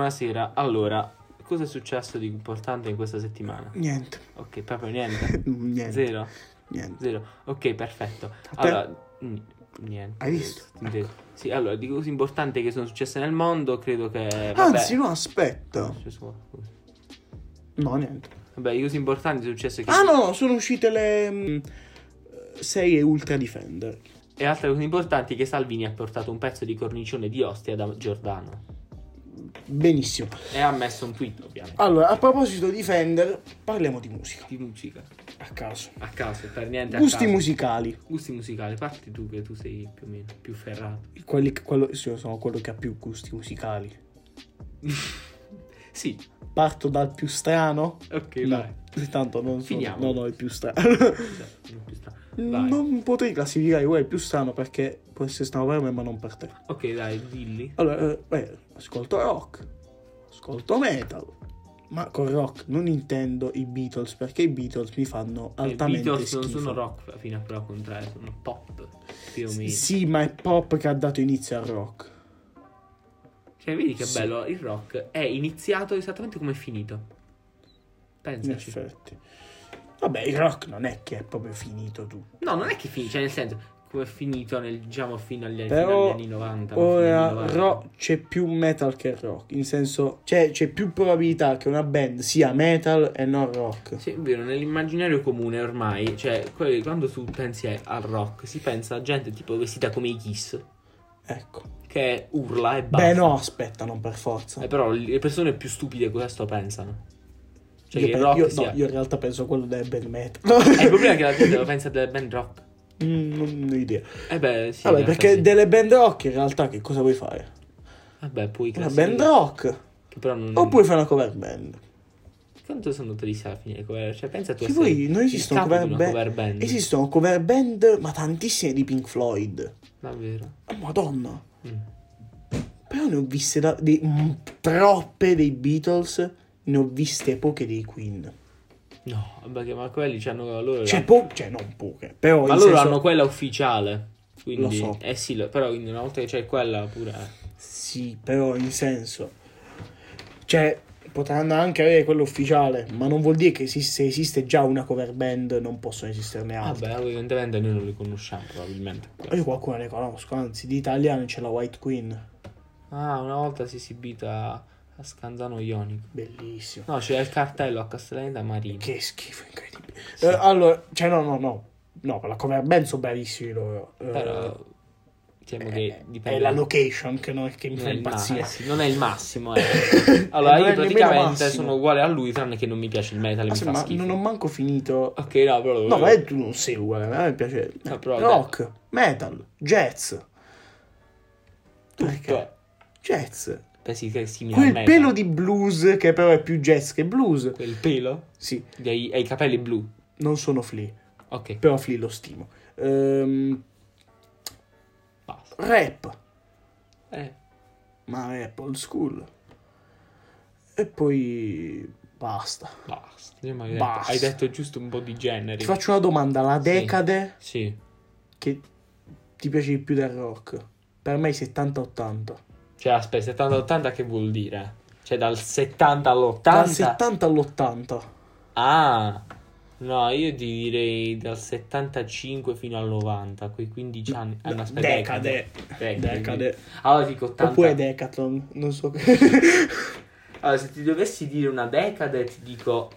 Buonasera, allora, cosa è successo di importante in questa settimana? Niente, Ok, proprio niente. niente, Zero, niente. zero. Ok, perfetto. Allora, n- niente. Hai visto? Ti vedo. Sì, allora, di cose importanti che sono successe nel mondo, credo che... Vabbè, Anzi, no, aspetta. Successo qualcosa. No, niente. Vabbè, di cose importanti è successo che... Ah, no, no, sono uscite le mh, serie Ultra Defender. E altre cose importanti è che Salvini ha portato un pezzo di cornicione di Ostia da Giordano. Benissimo. E ha messo un tweet, ovviamente. Allora, a proposito di Defender, parliamo di musica. Di musica. A caso. A caso, per niente a Gusti caso. musicali. Gusti musicali, parti tu che tu sei più o meno più ferrato. Quelli che- quello, sì, io sono quello che ha più gusti musicali. Sì, Parto dal più strano? ok, vai. No, tanto non sono... Finiamo. No, no, il più strano. Cioè, non più sta- Vai. non potrei classificare quello è il più strano perché può essere strano per me ma non per te. Ok, dai, dilli. Allora, eh, beh, ascolto rock, ascolto metal, ma con rock non intendo i Beatles perché i Beatles mi fanno Eh, I altamente Beatles non schifo. sono rock fino a prova contraria, sono pop più o meno. Sì, ma è pop che ha dato inizio al rock. Cioè, vedi che Sì. bello, il rock è iniziato esattamente come è finito. In Pensaci. effetti. Vabbè, il rock non è che è proprio finito tu. No, non è che finisce, nel senso, come è finito nel, diciamo, fino agli, Però fino agli anni 90. alla fine degli Ora 90. ro- c'è più metal che rock, in senso c'è, c'è più probabilità che una band sia metal e non rock. Sì, è vero, nell'immaginario comune ormai, cioè, que- quando tu pensi al rock, si pensa a gente tipo vestita come i Kiss, Ecco. che urla e basta. Beh no, aspetta, non per forza. Eh, però le persone più stupide questo pensano. Cioè, io, che il pe- rock io- no, sia... io in realtà penso quello del band metal. Eh, il problema è che la gente lo pensa delle band rock. Mm, non ho idea. Eh beh, sì. Vabbè, in realtà perché sì. delle band rock in realtà che cosa vuoi fare? Vabbè, puoi Una classificare. band rock. Che però non... O puoi fare una cover band. Quanto sono tristi alla fine le cover? Cioè, pensa tu a Che essere poi non il esistono capo di cover, Esatto, una ba- cover band. Esistono cover band, ma tantissime di Pink Floyd. Davvero. Ah, Madonna. Mm. Però ne ho viste da- di- mm, troppe dei Beatles. Ne ho viste poche dei Queen. No, vabbè, che- ma quelli c'hanno loro... Cioè, po- cioè non poche. Però Esatto. ma in loro senso- hanno quella ufficiale. Quindi... Lo so. Eh sì, lo- però quindi una volta che c'è quella pure... Sì, però in senso. Cioè, potranno anche avere quello ufficiale, ma non vuol dire che esi- se esiste già una cover band non possono esisterne altre. Vabbè, evidentemente noi non li conosciamo probabilmente. Io qualcuno ne conosco, anzi, di italiani c'è la White Queen. Ah, una volta si è esibita a Scanzano Ionico. Bellissimo. No, c'era il cartello a Castellaneta Marina. Che schifo, incredibile. Eh, allora, cioè, no, no, no. No, per la cover band sono bravissimi loro. Eh, Però diciamo eh, che è dipende. la location che, non- che mi non fa è, il ma- eh impazzire. sì, non è il massimo. eh. Allora, Non io è nemmeno praticamente massimo. sono uguale a lui, tranne che non mi piace il metal. Ah, mi sì, fa ma schifo. non ho manco finito. Ok, no, però. No, ma tu non sei uguale, a me piace No, eh, Ah, però- rock, metal, jazz. Perché? tutto. Jazz. Pensi che è simile al cioè. Quel metal? pelo di blues che però è più jazz che blues. Quel pelo? Sì, Dei, hai i capelli blu. non sono Flea, Ok, però Flea lo stimo. Ehm, basta. rap, Eh, ma rap old school. E poi basta. basta. Io mi hai detto- Basta. Hai detto giusto un po' di generi. Ti faccio una domanda, la Sì. decade Sì. che ti piace di più del rock? Per me i 70-80. Cioè, aspetta, 70-80 che vuol dire? Cioè, dal 70 all'80? Dal 70 all'80. Ah, no, io ti direi dal 75 fino al 90, quei 15 anni. Ah, no, aspetta, Decade. Decade. Ah, Decade. Allora dico 80. Oppure Decathlon, non so che. Allora, se ti dovessi dire una decade, ti dico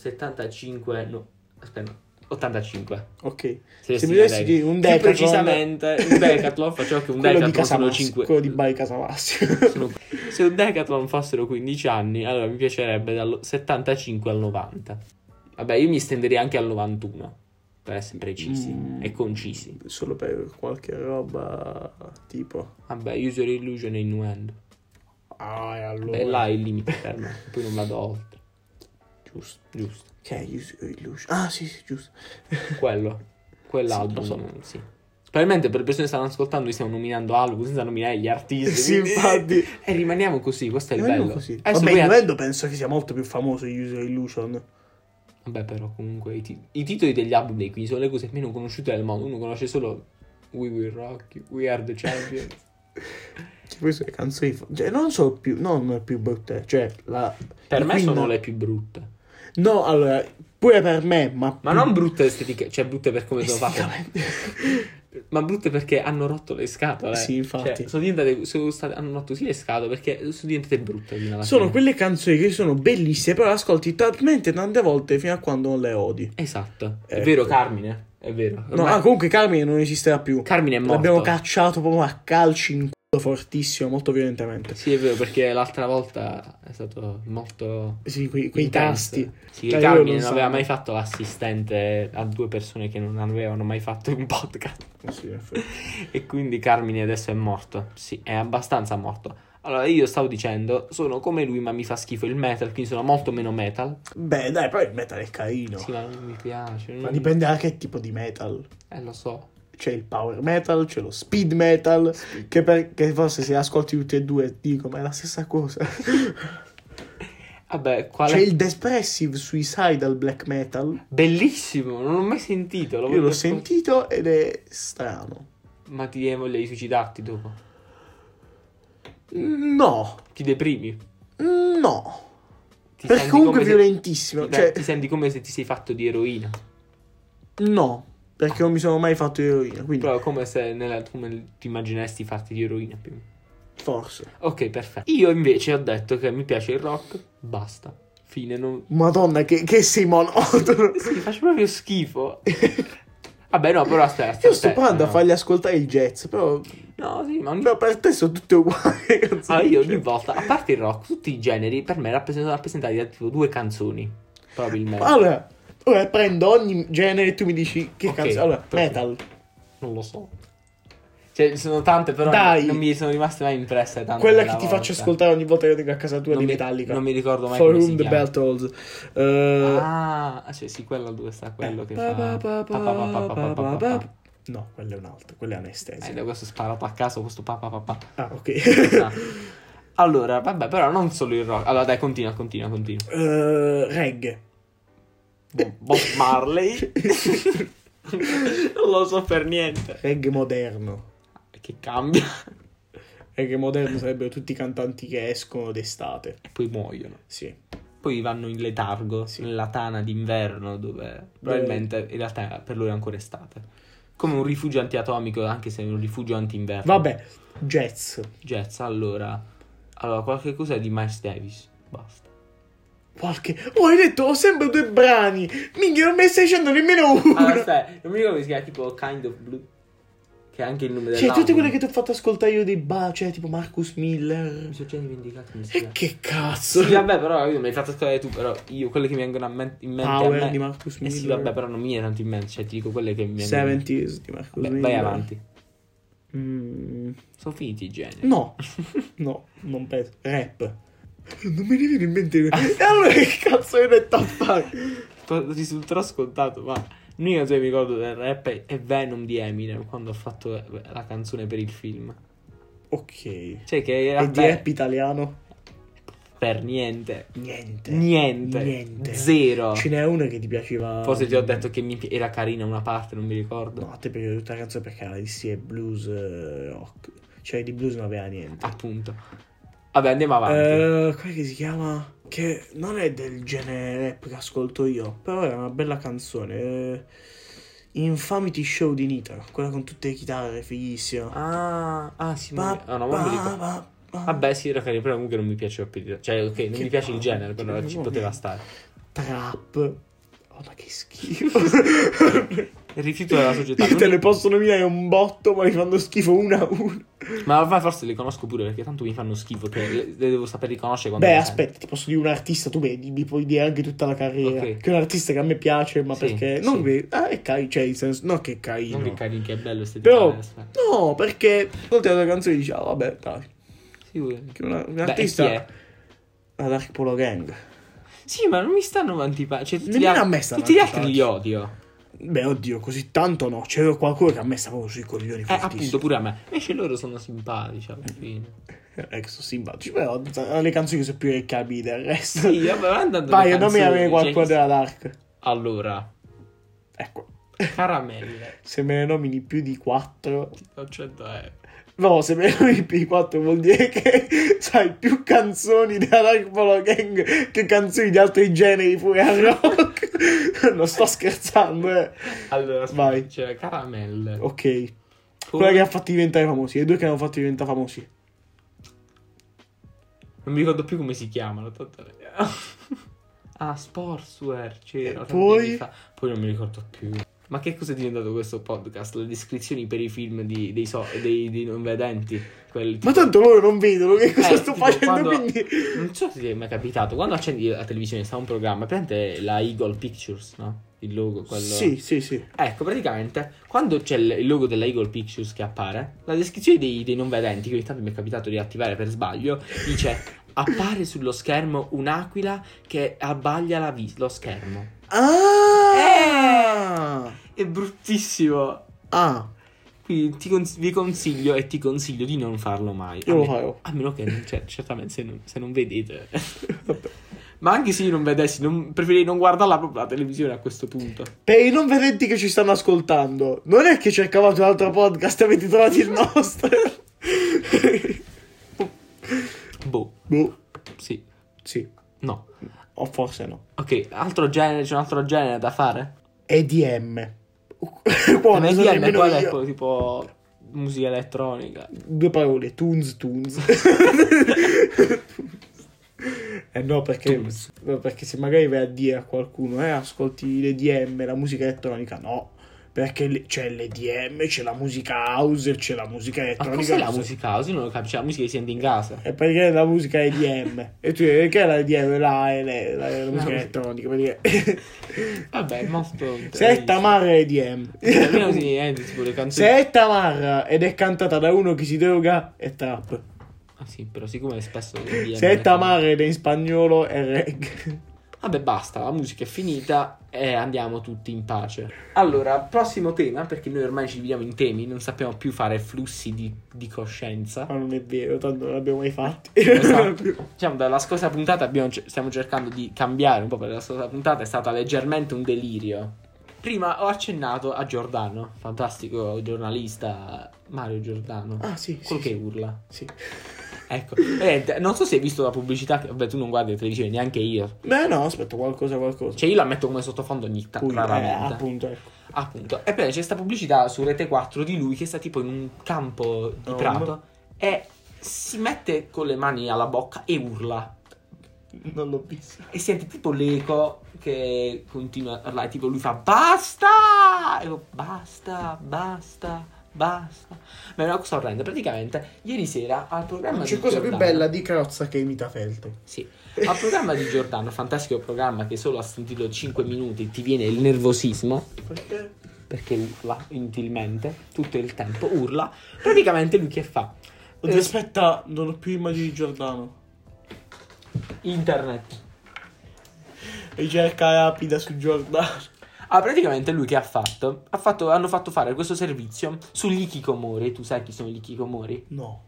75, no, aspetta, no, 85. ok. dovessi Se mi dire decade. dovessi dire un Più decathlon. precisamente, un decathlon, facciamo che un quello di decathlon sono Casamassi, 5. quello di Bai Casamassi. Sono- Se un decathlon fossero 15 anni, allora mi piacerebbe dal 75 al 90. Vabbè, io mi stenderei anche al 91, per essere precisi Mm. e concisi. Solo per qualche roba tipo. Vabbè, user illusion e innuendo. Ah, e allora. Beh, là è il limite per me, poi non vado oltre. Giusto. Giusto. Che è Use Your Illusion. Ah, sì, sì, giusto. Quello. Quell'album, Sì, sì, lo Probabilmente per le persone che stanno ascoltando, noi stiamo nominando album senza nominare gli artisti. sì, quindi- infatti. E rimaniamo così, questo è il Rimaniamo bello. così. Adesso Vabbè, poi- Innuendo penso che sia molto più famoso di Use Your Illusion. Vabbè, però comunque i, ti- i titoli degli album dei Queen sono le cose meno conosciute del mondo. Uno conosce solo We Will Rock You, We Are the Champions. Cioè, queste le canzoni. fa- Cioè, non so più. No, non è più brutte. Cioè, la. Per i me Queen- sono le più brutte. No, allora. Pure per me, ma. Ma non brutte esteticamente, cioè brutte per come sono fatte. Esteticamente. Ma brutte perché hanno rotto le scatole. Sì, infatti. Cioè, sono diventate, sono state- hanno rotto sì le scatole perché sono diventate brutte. fino alla Sono fine. quelle canzoni che sono bellissime, però le ascolti talmente tante volte fino a quando non le odi. Esatto. È Ecco. vero, Carmine. È vero. No, Ormai- ah, comunque Carmine non esisterà più. Carmine è morto. L'abbiamo cacciato proprio a calci in culo fortissimo, molto violentemente. Sì, è vero, perché l'altra volta è stato molto. Sì, quei, quei intenso. tasti. Sì, Cioè, io Carmine non non so. aveva mai fatto l'assistente a due persone che non avevano mai fatto un podcast. Sì, in effetti. E quindi Carmine adesso è morto. Sì, è abbastanza morto. Allora, io stavo dicendo, sono come lui, ma mi fa schifo il metal, quindi sono molto meno metal. Beh, dai, poi il metal è carino. Sì, ma non mi piace. Ma non- dipende da che tipo di metal. Eh, lo so. C'è il power metal, c'è lo speed metal. Che, per- che forse se ascolti tutti e due dico, ma è la stessa cosa. Vabbè, qual C'è è? il depressive suicidal black metal. Bellissimo, non l'ho mai sentito. lo Io voglio l'ho ascol- sentito ed è strano. Ma ti viene voglia di suicidarti dopo? No, Ti deprimi? no. Ti perché senti comunque è come se- violentissimo. Ti, Cioè, ti senti come se ti sei fatto di eroina. no. Perché non mi sono mai fatto eroina. Quindi, Proprio come se nella- come ti immagineresti farti di eroina più. o meno. forse. Ok, perfetto. Io invece ho detto che mi piace il rock, basta. Fine, non... Madonna, che, che sei monotono. Sì, faccio proprio schifo. Vabbè, no, però aspetta. aspetta Io sto provando a no. fargli ascoltare il jazz, però, No, sì, ma ogni... però per te sono tutte uguali. Ah, canzoni. io ogni volta, a parte il rock, tutti i generi per me rappresent- sono rappresentati da tipo due canzoni, probabilmente. Allora, ora prendo ogni genere e tu mi dici che Ok, cazzo. Allora, perfetto. metal. Non lo so. Cioè, ci sono tante, però Dai. non mi sono rimaste mai impresse tante. Quella della che ti volta. faccio ascoltare ogni volta che vengo a casa tua Non di mi- Metallica. non mi ricordo mai For come si whom the chiama. bell tolls. Eh, Ah, cioè sì, quello dove sta quello che pa, fa. pa, pa, pa, pa, pa, pa, pa, pa, pa, pa. pa. No, quello è un altro, quello è anestesia. Eh, da questo sparato a caso, questo pa pa pa pa. Ah, ok. Esatto. Allora, vabbè, però non solo il rock. Allora, dai, continua, continua, continua. Eh, reggae. Bob Boh, Bob Marley. non lo so per niente. Reggae moderno. Che cambia. Reggae moderno sarebbero tutti i cantanti che escono d'estate. E poi muoiono. Sì. Poi vanno in letargo, Sì. nella tana d'inverno, dove probabilmente in realtà per loro è ancora estate. Come un rifugio antiatomico, anche se è un rifugio anti-inverno. Vabbè, jazz. Jazz, allora. Allora, qualche cosa di Miles Davis. Basta. Qualche. Oh, hai detto, ho sempre due brani. Minchia, non me ne stai dicendo Ah, nemmeno uno. Allora, aspetta, non mi ricordo come si chiama, tipo Kind of Blue. Che è anche il nome Cioè, dell'album. tutte quelle che ti ho fatto ascoltare io dei ba, cioè, tipo Marcus Miller. Mi sono già dimenticato come si E chiama. che cazzo? Sì, vabbè, però io mi hai fatto ascoltare tu, però io quelle che mi vengono a men- in mente a Power me- di Marcus Eh Miller. sì, vabbè, però non mi viene tanto in mente, cioè ti dico quelle che mi vengono. in mente. 70s di Marcus Vabbè, Miller. vai avanti. Mm, Sono finiti i geni. no, no, non penso. Rap. Non mi viene in mente. E allora che cazzo hai detto a fare? Po- Risulterò scontato, ma l'unica cosa che mi ricordo del rap è- è Venom di Eminem quando ho fatto la canzone per il film. Ok. E Cioè che di vabbè, rap italiano? per niente. Niente. Niente. Niente. Zero. Ce n'è una che ti piaceva. Forse ti ho detto che mi pi- era carina una parte, non mi ricordo. Ehm. No, a te piaceva tutta la canzone perché era di sì, è blues eh, rock. Cioè di blues non aveva niente. Appunto. Vabbè, andiamo avanti. Eh, quella che si chiama. Che non è del genere rap che ascolto io, però è una bella canzone. eh, Infamity Show di Nitro, quella con tutte le chitarre, fighissima. Ah, ah, sì, ma... Ba- ah, no, ma non mi ba- ricordo. ba- ba- Vabbè, sì, era carino, però comunque non mi piaceva più. di- Cioè, ok, non Che mi piace il palle, genere, però che ci palle. poteva stare. Trap. Oh, ma che schifo. Il rifiuto della società. Io te ne posso nominare un botto, ma mi fanno schifo una a una. Ma ormai forse le conosco pure perché tanto mi fanno schifo che le, le devo saper riconoscere quando Beh, le aspetta, ti posso dire un artista, tu vedi, mi puoi dire anche tutta la carriera. Ok. Che è un artista che a me piace, ma Sì, perché... Non sì. che- ah, è carino, cioè, in senso... No, che è sento. carino. Non che carino, che è bello esteticamente. Però, aspetta. no, perché ascolti la tua canzone e dici, ah, vabbè, dai, Sì, vuoi- che una- un Beh, eh. artista... chi è? la Dark Polo Gang. Sì, ma non mi stanno antipatici. Cioè, tutti gli, Nemmeno al- a me stanno tutti gli altri li antipatici. odio. Eh, Beh, oddio, così tanto no. C'era qualcuno che a me stava sui coglioni Eh, appunto, fortissimo. pure a me. Invece loro sono simpatici alla fine. Eh, che sono simpatici. Però sa- le canzoni sono più recabili del resto. Sì, vabbè, ma andando le Vai, non mi canzoni, avevi cioè, qualcuno della Dark. Allora, Ecco, caramelle. se me ne nomini più di quattro... Ti do 100 euro. No, se meno IP4 vuol dire che sai più canzoni di Dark Polo Gang che canzoni di altri generi fuori al rock. non sto scherzando, eh. Allora, Vai. c'era caramelle. Uh, Ok, Poi- quella che ha fatto diventare famosi, le due che hanno fatto diventare famosi. Non mi ricordo più come si chiamano. tanto- ah, Sportswear. C'era. E poi? tanti anni fa. Poi non mi ricordo più. Ma che cosa è diventato questo podcast? Le descrizioni per i film di- dei, so- dei, dei non vedenti? Quelli Ma tanto loro non vedono che cosa Eh, sto tipo, facendo, quando- quindi... Non so se ti è mai capitato, quando accendi la televisione sta un programma, prende la Eagle Pictures, no? Il logo, quello... Sì, sì, sì. Ecco, praticamente, quando c'è il il logo della Eagle Pictures che appare, la descrizione dei, dei non vedenti, che ogni tanto mi è capitato di attivare per sbaglio, dice... Appare sullo schermo un'aquila che abbaglia la vis- lo schermo. Ah! È bruttissimo. Ah, Quindi ti cons- vi consiglio e ti consiglio di non farlo mai. io A lo me- farò. A meno che, non- cioè, certamente, se non, se non vedete. Ma anche se io non vedessi, non, preferirei non guardarla proprio la televisione a questo punto. Per i non vedenti che ci stanno ascoltando, non è che cercavate un altro podcast e avete trovato il nostro. Boh, boh, sì, sì, no. o forse no. Ok, altro genere, c'è un altro genere da fare? EDM. Per Buono, me Boh, non so DN nemmeno qual Cioè, è io. quello tipo musica elettronica? Due parole, Toons, Toons. eh no, perché, Toons. no, perché se magari vai a dire a qualcuno, eh, ascolti l'EDM, la musica elettronica, no. Perché le- c'è l'EDM, c'è la musica house, c'è la musica Ma elettronica. cos'è la Cosa- musica house? Io non lo capisco, la musica che si sente in casa. E perché la musica è EDM. e tu dici, perché la EDM? La, la, la, la musica musica. elettronica. Perché... Vabbè, molto... se è tamarra è EDM. Almeno si niente, tipo le canzoni... Se è tamarra ed è cantata da uno che si droga, è trap. Ah sì, però siccome spesso... DN Se è tamarra ed è in spagnolo, è reggae. Vabbè, basta, la musica è finita e andiamo tutti in pace. Allora, prossimo tema, perché noi ormai ci viviamo in temi, non sappiamo più fare flussi di, di coscienza. Ma Ah, non è vero, tanto non l'abbiamo mai fatti. Esatto. Diciamo, dalla scorsa puntata abbiamo ce- stiamo cercando di cambiare un po', perché la scorsa puntata è stata leggermente un delirio. Prima ho accennato a Giordano, fantastico giornalista Mario Giordano, ah, sì, sì, quello che sì, urla. sì. Ecco, Veramente, non so se hai visto la pubblicità, che- vabbè tu non guardi la televisione, neanche io. Beh, no, aspetta, qualcosa, qualcosa. Cioè io la metto come sottofondo ogni tanto, Cui, eh, raramente. appunto, ecco. Appunto, e poi c'è sta pubblicità su Rete 4 di lui che sta tipo in un campo di Oh. prato e si mette con le mani alla bocca e urla Non l'ho visto. e sente tipo l'eco che continua a urlare, tipo lui fa basta! E io, basta, basta, basta. Ma è una cosa orrenda, praticamente ieri sera al programma C'è di cosa più Giordano- bella di carrozza che imita Feltri. sì. Al programma di Giordano, fantastico programma che solo a sentirlo 5 minuti ti viene il nervosismo Perché? perché urla inutilmente tutto il tempo, urla. Praticamente lui che fa? Oddio, aspetta, non ho più immagini di Giordano. Internet. Ricerca rapida su Giordano. Ah, praticamente lui che ha fatto? Ha fatto- hanno fatto fare questo servizio sugli kikomori. Tu sai chi sono gli kikomori? No.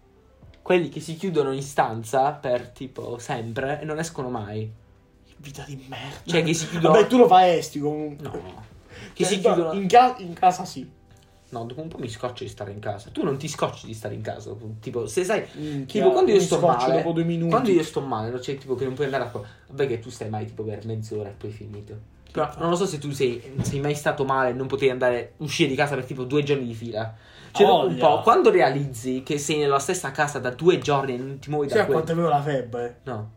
Quelli che si chiudono in stanza per tipo sempre e non escono mai. Vita di merda. Cioè che si chiudono... Vabbè, tu lo faresti comunque. No. Che Cioè, si guarda, chiudono... In, ca- in casa sì. No, dopo un po' mi scoccio di stare in casa. Tu non ti scocci di stare in casa. Tipo, se sai, Minchia, Tipo, quando io mi sto scoccio male, dopo due minuti. quando io sto male, no? cioè, tipo, che non puoi andare a qua. Vabbè, che tu stai mai tipo per mezz'ora e poi è finito. Però non lo so se tu sei, sei mai stato male e non potevi andare, uscire di casa per tipo due giorni di fila. Cioè, dopo un Voglia. po', quando realizzi che sei nella stessa casa da due giorni e non ti muovi Sai da a quel... quanto avevo la febbre? No,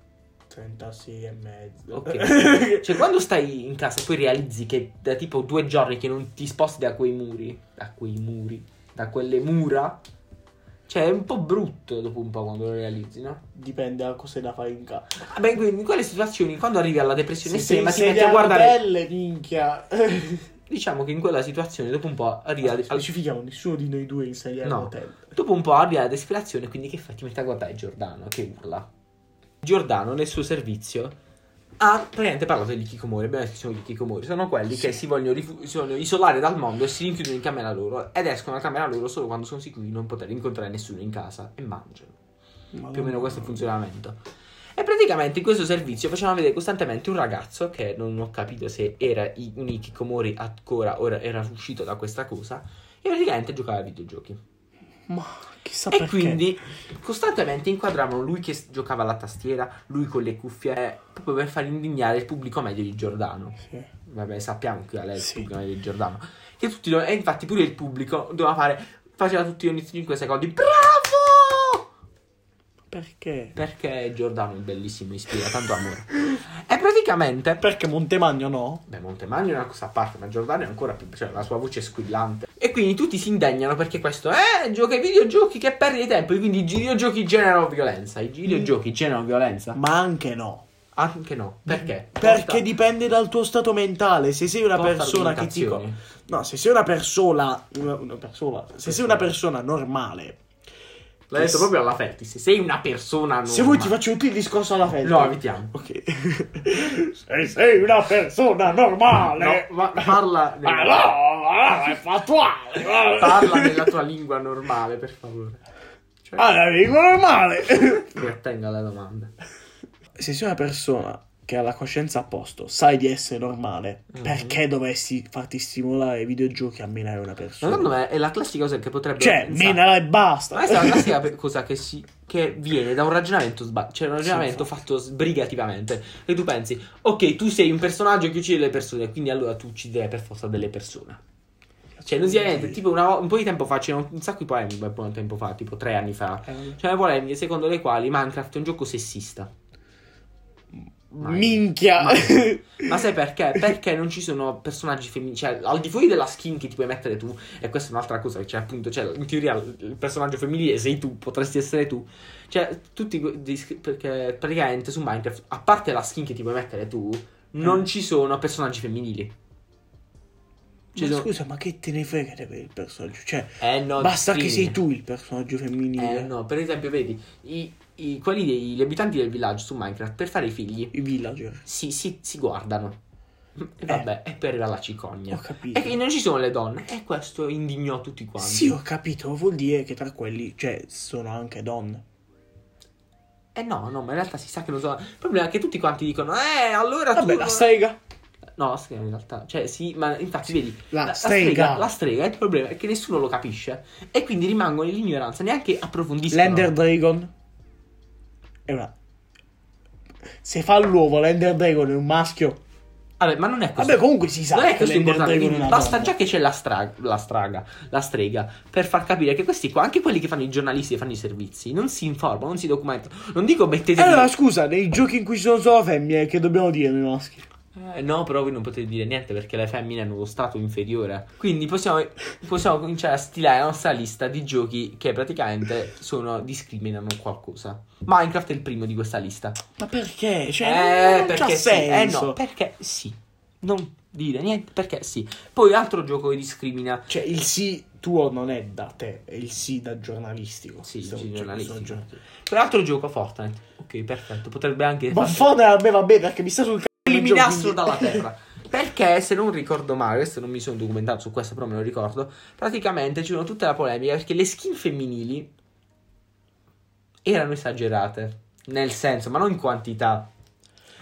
36 e mezzo. ok. cioè, quando stai in casa e poi realizzi che da tipo due giorni che non ti sposti da quei muri, da quei muri, da quelle mura, cioè è un po' brutto dopo un po' quando lo realizzi, no? Dipende da cosa è da fare in casa. Vabbè, quindi in quelle situazioni, quando arrivi alla depressione estrema, ti sei metti a alla guardare. pelle, minchia. Diciamo che in quella situazione, dopo un po' arrivi al- Non ci fichiamo nessuno di noi due in serie No. all'hotel. dopo un po' arrivi alla desesperazione, quindi che fai? Ti metti a guardare Giordano che urla. Giordano, nel suo servizio, ha praticamente parlato degli chicomori. Abbiamo detto che sono gli chicomori. Sono quelli Sì. che si vogliono, rifu- si vogliono isolare dal mondo e si rinchiudono in camera loro. Ed escono da camera loro solo quando sono sicuri di non poter incontrare nessuno in casa e mangiano. più o meno questo è il Oh. funzionamento. E praticamente in questo servizio facevano vedere costantemente un ragazzo che non ho capito se era i- un Ikikomori ancora, ora era uscito da questa cosa, e praticamente giocava ai videogiochi. Ma chissà E Esatto, perché. quindi costantemente inquadravano lui che s- giocava alla tastiera, lui con le cuffie, eh, proprio per far indignare il pubblico medio di Giordano. Sì. Vabbè, sappiamo che è il Sì. pubblico medio di Giordano. Che tutti lo- e infatti pure il pubblico doveva fare, faceva tutti ogni 5 secondi, bravo! Perché? Perché Giordano è bellissimo, ispira tanto amore. e praticamente... Perché Montemagno no? Beh, Montemagno è una cosa a parte, ma Giordano è ancora più. cioè, la sua voce è squillante. E quindi tutti si indegnano perché questo è gioca ai videogiochi che perdi tempo. E quindi i videogiochi generano violenza. I videogiochi generano violenza? Ma anche no. Anche no. Perché? Porta- Perché dipende dal tuo stato mentale. Se sei una porta persona che ti. argomentazioni. No, se sei una persona. Una, una persona. Se sei una persona normale. L'ha detto proprio alla Ferti. Se sei una persona. Normale, Se vuoi ti faccio tutto il discorso alla festa. No, evitiamo. Ok. se sei una persona normale. No, ma parla. Ma no, ma no, è fattuale. ma- Parla nella tua lingua normale, per favore. Cioè, Ah, la lingua normale. ti attenga alla domanda. Se sei una persona che ha la coscienza a posto, sai di essere normale, Mhm. perché dovresti farti stimolare i videogiochi a menare una persona? Secondo me è la classica cosa che potrebbe. Cioè, pensare. menala e basta. Ma questa è una classica pe- cosa che, si, che viene da un ragionamento sbagliato, cioè un Sì, ragionamento infatti. fatto sbrigativamente. E tu pensi, ok, tu sei un personaggio che uccide le persone, quindi allora tu ucciderai per forza delle persone. Cioè, non si è niente. Tipo, una vo- un po' di tempo fa c'erano un sacco di polemiche, un po' di tempo fa, tipo tre anni fa. Eh, C'erano polemiche secondo le quali Minecraft è un gioco sessista. mai. Minchia. Mai. Ma sai perché? Perché non ci sono personaggi femminili. Cioè, al di fuori della skin che ti puoi mettere tu, e questa è un'altra cosa, cioè, appunto, cioè, in teoria il personaggio femminile sei tu, potresti essere tu. Cioè, tutti. que- dis- Perché praticamente su Minecraft, a parte la skin che ti puoi mettere tu, Eh. non ci sono personaggi femminili. Ci Ma sono- scusa, ma che te ne frega di avere il personaggio? Cioè, Eh no, basta che discrimini. sei tu il personaggio femminile. Eh no, per esempio, vedi, i, i- quelli degli gli abitanti del villaggio su Minecraft per fare i figli I villager. si, si- si guardano. Eh. E vabbè, e poi arriva la cicogna. Ho capito. E che non ci sono le donne. E questo indignò tutti quanti. Sì, ho capito, vuol dire che tra quelli, cioè, sono anche donne. Eh no, no, ma in realtà si sa che non sono. Il problema è che tutti quanti dicono: Eh, allora Vabbè, tu. la strega. No, la strega in realtà. Cioè, sì, ma infatti, vedi. La strega. strega. La strega. Il problema è che nessuno lo capisce. E quindi rimangono in ignoranza, neanche approfondiscono. L'Ender Dragon è una. Se fa l'uovo, l'Ender Dragon è un maschio. Vabbè, ma non è così. Vabbè, comunque si sa. Non è che questo l'Ender importante, Dragon quindi è una basta donna. già che c'è la, stra- la straga, la strega, per far capire che questi qua, anche quelli che fanno i giornalisti e fanno i servizi, non si informano, non si documentano. Non dico E mettete... Eh, allora, scusa, nei giochi in cui ci sono solo femmine, che dobbiamo dire noi maschi? Eh, no, però voi non potete dire niente perché le femmine hanno lo stato inferiore. Quindi possiamo, possiamo cominciare a stilare la nostra lista di giochi che praticamente sono, discriminano qualcosa. Minecraft è il primo di questa lista. Ma perché? Cioè, Eh, non perché c'ha sì. Eh senso. no, perché sì. Non dire niente perché sì. Poi altro gioco che discrimina Cioè, il sì tuo non è da te, è il sì da giornalistico. Sì, Stavo- sì, cioè, giornalistico. sono giornal- Peraltro gioco Fortnite. Ok, perfetto. Potrebbe anche Ma fone a me va bene perché mi sta sul c***o. il gioco, eliminassero quindi- dalla terra. Perché se non ricordo male, adesso non mi sono documentato su questo, però me lo ricordo. Praticamente c'era tutta la polemica perché le skin femminili erano esagerate. Nel senso, ma non in quantità.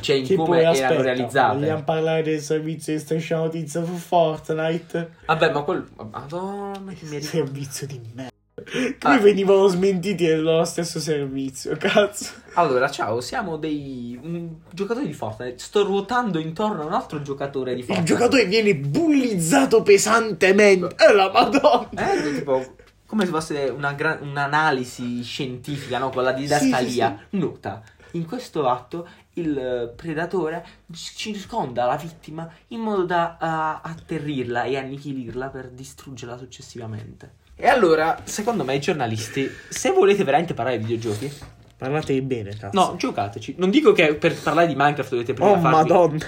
Cioè, in Che come poi erano aspetta, realizzate. vogliamo parlare del servizio di Station Notizia su Fortnite? Vabbè, ma quello. Madonna, che mi Il ricordo. servizio di merda. Che Ah. poi venivano smentiti nel loro stesso servizio, cazzo. Allora, ciao, siamo dei. un giocatore di Fortnite. Sto ruotando intorno a un altro giocatore di Fortnite. Il giocatore viene bullizzato pesantemente. Eh, la madonna. Eh, tipo, come se fosse una gra- un'analisi scientifica, no? Con la didascalia. Nota. In questo atto il eh, predatore c- circonda la vittima in modo da eh, atterrirla e annichilirla per distruggerla successivamente. E allora, secondo me, i giornalisti, se volete veramente parlare di videogiochi, Parlate bene, cazzo. no, giocateci. Non dico che per parlare di Minecraft dovete prima Oh, farvi, madonna.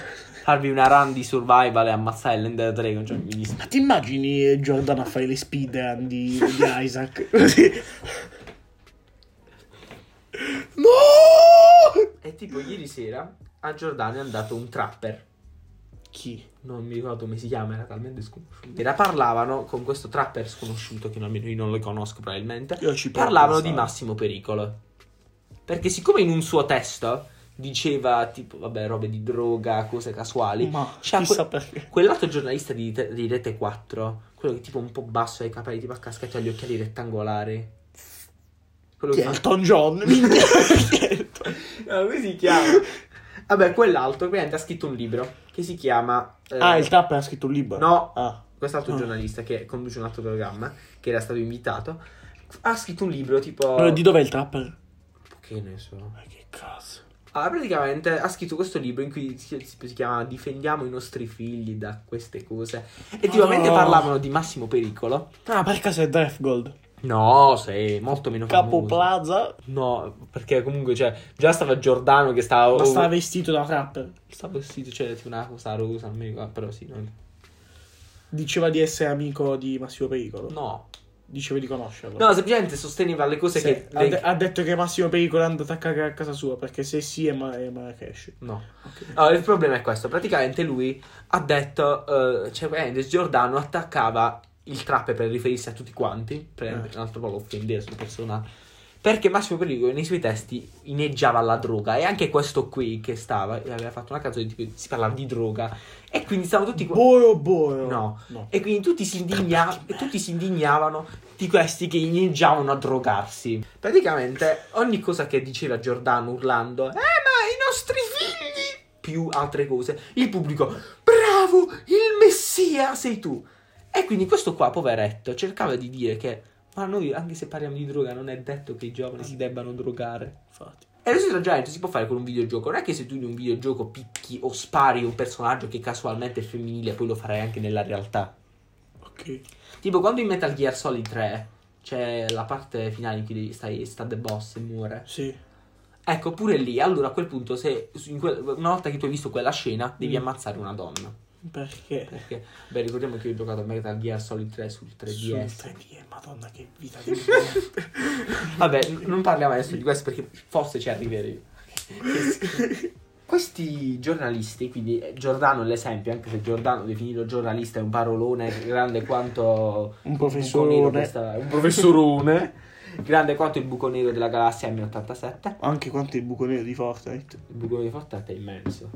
farvi una run di survival e ammazzare l'Ender Dragon. Cioè, mi dis- Ma Ah, ti immagini eh, Jordan a fare le speedrun di, di Isaac? Così. no! E tipo ieri sera a Giordano è andato un trapper. Chi? Non mi ricordo come si chiama, era talmente sconosciuto. Era parlavano con questo trapper sconosciuto, che non, io non lo conosco probabilmente. Io ci provo a Parlavano di pensare. massimo pericolo. Perché siccome in un suo testo diceva tipo, vabbè, robe di droga, cose casuali. Ma C'ha chissà perché. Quell'altro giornalista di, Te- di Rete 4, quello che tipo un po' basso, ha i capelli tipo a cascata, ha gli occhiali rettangolari. Quello Chi è Elton John? Chi è Eh. Elton- No, Ah, come si chiama? Vabbè, quell'altro ovviamente ha scritto un libro che si chiama... eh, ah, il Tapper ha scritto un libro. No. Ah. Quest'altro Ah. giornalista che conduce un altro programma, che era stato invitato, ha scritto un libro tipo... Allora, di dov'è il Tapper? Che ne so. Ma che cazzo. Ah, praticamente ha scritto questo libro in cui si, si chiama Difendiamo i nostri figli da queste cose. E tipicamente Oh. parlavano di massimo pericolo. Ah, per caso è Drefgold. No, sei molto meno Capo famoso. Plaza. No, perché comunque, cioè, già stava Giordano che stava... Ma stava vestito da trapper. Stava vestito, cioè, tipo una cosa rosa, non mi ricordo, però sì, non... Diceva di essere amico di Massimo Pericolo. No. Diceva di conoscerlo. No, semplicemente sosteneva le cose Sì, che... ha, le- de- ha detto che Massimo Pericolo è andato a cagare a casa sua perché se sì è, Ma- è Marrakesh. No. Allora, il problema è questo. Praticamente lui ha detto... eh, cioè, praticamente Giordano attaccava il trap per riferirsi a tutti quanti. Per Eh. un altro po' offendere sulla persona. Perché Massimo Pericolo nei suoi testi ineggiava alla droga. E anche questo qui che stava... Aveva fatto una canzone tipo... Si parlava di droga. E quindi stavano Boh, tutti... qua- Boro Boro. No. E quindi tutti si, indigna- tutti si indignavano di questi che iniziavano a drogarsi. Praticamente ogni cosa che diceva Giordano urlando, eh ma i nostri figli, più altre cose, il pubblico, bravo, il messia sei tu. E quindi questo qua, poveretto, cercava di dire che, ma noi anche se parliamo di droga non è detto che i giovani si debbano drogare. Infatti. E lo stesso ragionamento si può fare con un videogioco. Non è che se tu in un videogioco picchi o spari un personaggio che casualmente è femminile, poi lo farai anche nella realtà. Ok. Tipo quando in Metal Gear Solid 3 c'è la parte finale in cui devi- stai, sta The Boss e muore. Sì. Ecco, pure lì, allora a quel punto, se su- in quel- una volta che tu hai visto quella scena, devi Mm. ammazzare una donna. Perché? Perché, beh, ricordiamo che io ho giocato a Metal Gear Solid 3 sul 3DS. Sul 3D, madonna che vita di merda. Vabbè, n- non parliamo adesso di questo perché forse ci arriveremo. Questi giornalisti, quindi eh, Giordano è l'esempio, anche se Giordano definito giornalista è un parolone grande quanto Un il buco nero, professorone. questa- un professorone, grande quanto il buco nero della galassia M87. Anche quanto il buco nero di Fortnite. Il buco nero di Fortnite è immenso.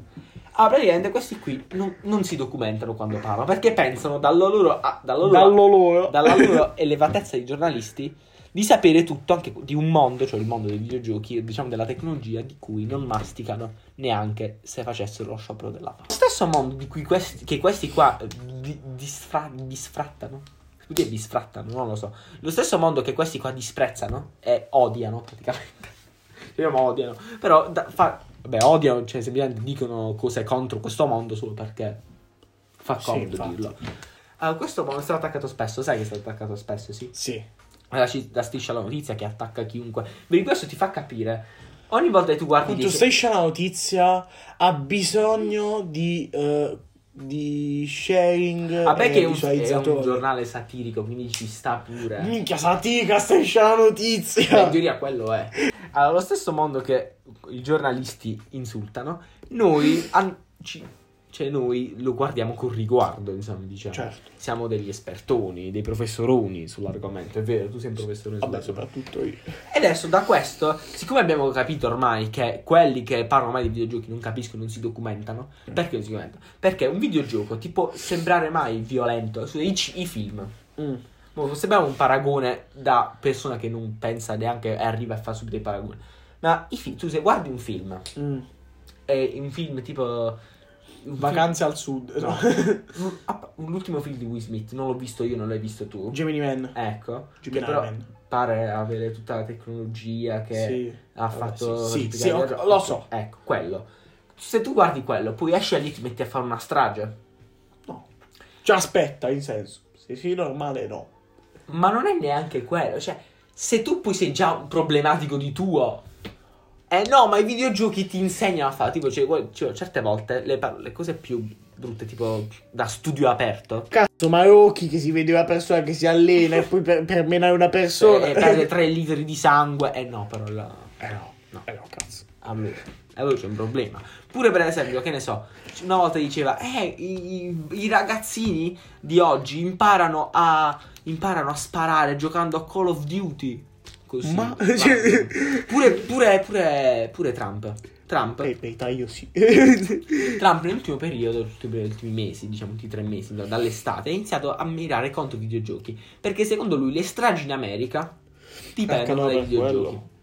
Ah, praticamente questi qui non, non si documentano quando parlano perché pensano dalla loro, a- dalla loro- Dallo loro. dalla loro elevatezza di giornalisti di sapere tutto anche di un mondo, cioè il mondo dei videogiochi e diciamo della tecnologia di cui non masticano neanche se facessero lo sciopero della fame. Lo stesso mondo di cui questi, che questi qua eh, di- disfra- disfrattano. Perché disfrattano? Non lo so. Lo stesso mondo che questi qua disprezzano e odiano praticamente. Diciamo odiano. Però da- fa- vabbè, odiano, cioè semplicemente dicono cose contro questo mondo solo perché fa Sì, comodo infatti. dirlo. Ah, questo mondo è stato attaccato spesso, sai che è stato attaccato spesso, sì. Sì. La, ci- la striscia la notizia che attacca chiunque. Vedi, questo ti fa capire. Ogni volta che tu guardi... Appunto, dici- Striscia la notizia ha bisogno di, eh, di sharing Vabbè e che è un, è visualizzatori. un giornale satirico, quindi ci sta pure. Minchia, satica, Striscia la Beh, notizia. Eh, in teoria quello è. Allora, lo stesso mondo che i giornalisti insultano, noi, an- ci- cioè noi lo guardiamo con riguardo, insomma, diciamo. Certo. Siamo degli espertoni, dei professoroni sull'argomento, è vero, tu sei un professorone Vabbè, sull'argomento. soprattutto io. E adesso da questo, siccome abbiamo capito ormai che quelli che parlano mai di videogiochi non capiscono, non si documentano, Mm. perché non si documentano? Perché un videogioco ti può sembrare mai violento, su- i, ci- i film. Mm, Mo, Boh, Sembrava un paragone da persona che non pensa neanche e arriva a fare subito i paragoni. Ma i film, tu se guardi un film, Mm. è un film tipo... un Vacanze al sud. film- No. no. Un- app- un- L'ultimo film di Will Smith, non l'ho visto io, non l'hai visto tu. Gemini Man. Ecco, che Gemini però Man. pare avere tutta la tecnologia che Sì. ha Vabbè, fatto sì, sì, praticamente- sì, ok, lo so. ecco quello se tu guardi quello poi esci e lì ti metti a fare una strage No. Cioè, aspetta, in senso. Se sì, normale no. ma non è neanche quello cioè se tu poi sei già un problematico di tuo eh no ma i videogiochi ti insegnano a fare tipo cioè, vuoi- cioè, certe volte le, par- le cose più brutte tipo da studio aperto Cazzo, ma Rocky che si vede una persona che si allena e poi per, per menare una persona. eh, perde 3 litri di sangue eh no però la- Eh no, No. eh no, cazzo. Allora, allora c'è un problema. Pure per esempio, che ne so, una volta diceva, eh, i, i- i ragazzini di oggi imparano a, imparano a sparare giocando a Call of Duty. Così. Ma- cioè, guarda. Pure, pure, pure, pure Trump. Trump, Pei pei, taglio sì. Trump nell'ultimo periodo, negli ultimi- negli ultimi mesi, diciamo tutti i tre mesi, da- dall'estate, ha iniziato a mirare contro i videogiochi. Perché secondo lui le stragi in America dipendono Cacano dai per videogiochi. quello.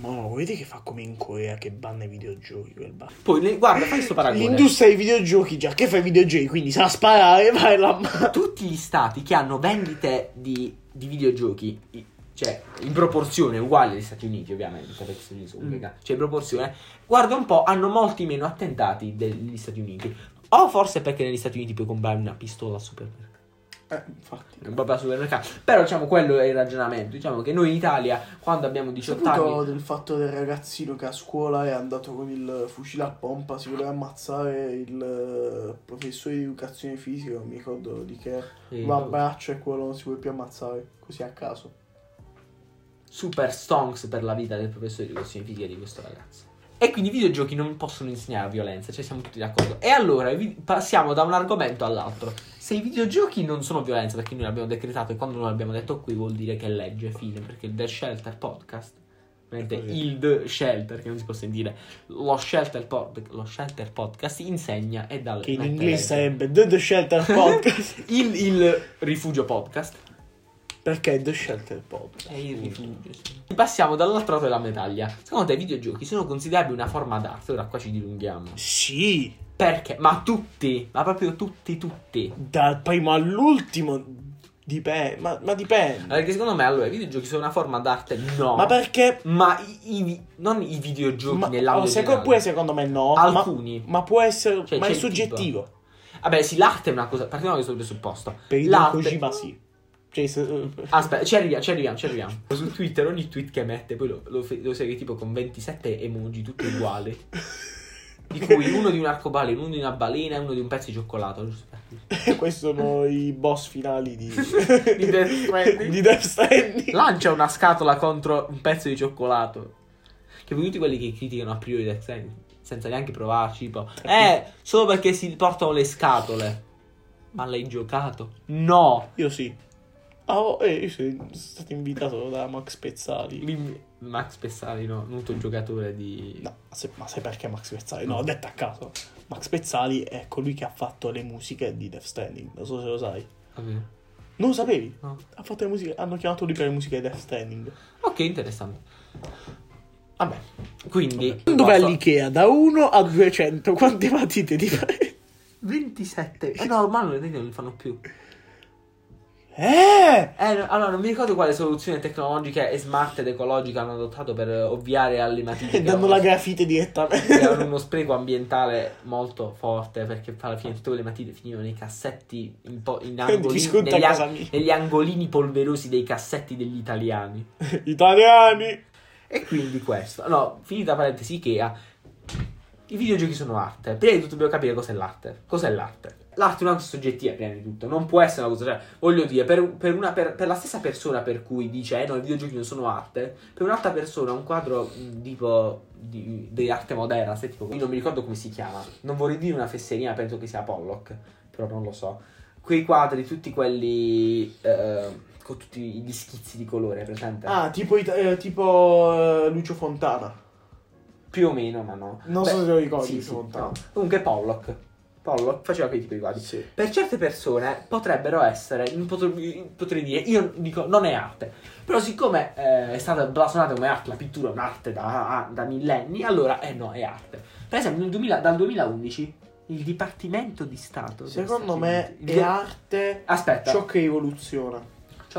Ma vedi che fa come in Corea che banna i videogiochi quel ba- Poi, le- guarda, fai questo paragone. L'industria dei videogiochi già che fa i videogiochi, quindi sa sparare, vai la ma- Tutti gli stati che hanno vendite di, di videogiochi, i- cioè in proporzione uguale agli Stati Uniti, ovviamente, perché gli Stati Uniti sono un Mm. mega- cioè in proporzione, guarda un po', hanno molti meno attentati degli Stati Uniti. O forse perché negli Stati Uniti puoi comprare una pistola al supermercato. Eh, infatti. Non proprio al supermercato. Però diciamo quello è il ragionamento. Diciamo che noi in Italia, quando abbiamo 18 Saputo anni. del fatto del ragazzino che a scuola è andato con il fucile a pompa, si voleva ammazzare il eh, professore di educazione fisica, non mi ricordo di che, eh, lo abbraccia e quello non si vuole più ammazzare, così a caso. super stonks per la vita del professore di educazione fisica di questo ragazzo. E quindi i videogiochi non possono insegnare la violenza, cioè siamo tutti d'accordo. E allora vi- passiamo da un argomento all'altro. Se i videogiochi non sono violenza, perché noi l'abbiamo decretato e quando non l'abbiamo detto qui vuol dire che è legge, fine, perché il The Shelter Podcast, veramente È così. il The Shelter, che non si può sentire, lo Shelter, pod- lo shelter Podcast insegna e dal... Che in mette inglese legge. sarebbe The, The Shelter Podcast. il, il rifugio podcast. Perché The Shelter Podcast? È il rifugio, sì. Passiamo dall'altro lato della medaglia. Secondo te i videogiochi sono considerabili una forma d'arte? Ora qua ci dilunghiamo. Sì, Perché? Ma tutti, ma proprio tutti, tutti. dal primo all'ultimo dipende, ma, ma dipende. Perché secondo me allora i videogiochi sono una forma d'arte? Eh, No. Ma perché... Ma i, i vi- non i videogiochi Ma, nell'ambito allora, secondo, generale. pure secondo me no, ma, Alcuni. ma può essere... Cioè, ma c'è il è tipo. soggettivo. Vabbè sì, l'arte è una cosa... Partiamo da questo presupposto. Per il L'arte- Ah. Kojima sì. Cioè, se- Aspetta, ci arriviamo, ci arriviamo, ci arriviamo. Su Twitter ogni tweet che mette poi lo, lo, fe- lo segui tipo con 27 emoji tutti uguali. Di cui uno di un arcobaleno, uno di una balena e uno di un pezzo di cioccolato. giusto per dire. Questi sono i boss finali di, Death Stranding. di Death Stranding. Lancia una scatola contro un pezzo di cioccolato. Che poi tutti quelli che criticano a priori Death Stranding, senza neanche provarci, tipo, eh, solo perché si portano le scatole. Ma l'hai giocato? No! Io sì. Ah, oh, eh, io sono stato invitato da Max Pezzali. Max Pessari, no, noto giocatore di... No, ma se- ma sai perché Max Pezzali? No, ho detto a caso. Max Pezzali è colui che ha fatto le musiche di Death Stranding. Non so se lo sai. Vabbè, Non lo sapevi? no. Ha fatto le musiche, hanno chiamato lui per le musiche di Death Stranding. Ok, interessante. Vabbè. Quindi Dov'è basta. l'Ikea? Da 1 a 200. Quante matite ti fai? 27. Eh no, ormai non non li fanno più. Eh! Eh, no, allora non mi ricordo quale soluzione tecnologica e smart ed ecologica hanno adottato per eh, ovviare alle matite. E che danno erano- la grafite direttamente. che erano uno spreco ambientale molto forte perché alla fine tutte le matite finivano nei cassetti in, po- in angolini, discuto a negli, casa an- mia. negli angolini polverosi dei cassetti degli italiani. Italiani! E quindi questo. No, finita parentesi Ikea. I videogiochi sono arte. Prima di tutto dobbiamo capire cos'è l'arte. Cos'è l'arte? L'arte è una cosa soggettiva, prima di tutto. Non può essere una cosa. Cioè, voglio dire, per, per una- per- per la stessa persona per cui dice, eh no, i videogiochi non sono arte, per un'altra persona un quadro mh, tipo di, di arte moderna, se tipo, io non mi ricordo come si chiama. Non vorrei dire una fesseria, penso che sia Pollock, però non lo so. Quei quadri, tutti quelli. eh, con tutti gli schizzi di colore, presente? Ah, tipo, Ita- eh, tipo eh, Lucio Fontana. Più o meno, ma no. Non Beh, so se lo ricordi. Sì, Lucio sì, Fontana. no. Comunque Pollock. Pollock faceva quei tipi di quadri. Sì. Per certe persone potrebbero essere, potrei, potrei dire, io dico non è arte, però siccome eh, è stata blasonata come arte, la pittura è un'arte da, da millenni, allora eh no, è arte. Per esempio nel 2000 dal 2011 il Dipartimento di Stato... degli Secondo Stati me Uniti- è arte Aspetta, ciò, ciò che evoluziona.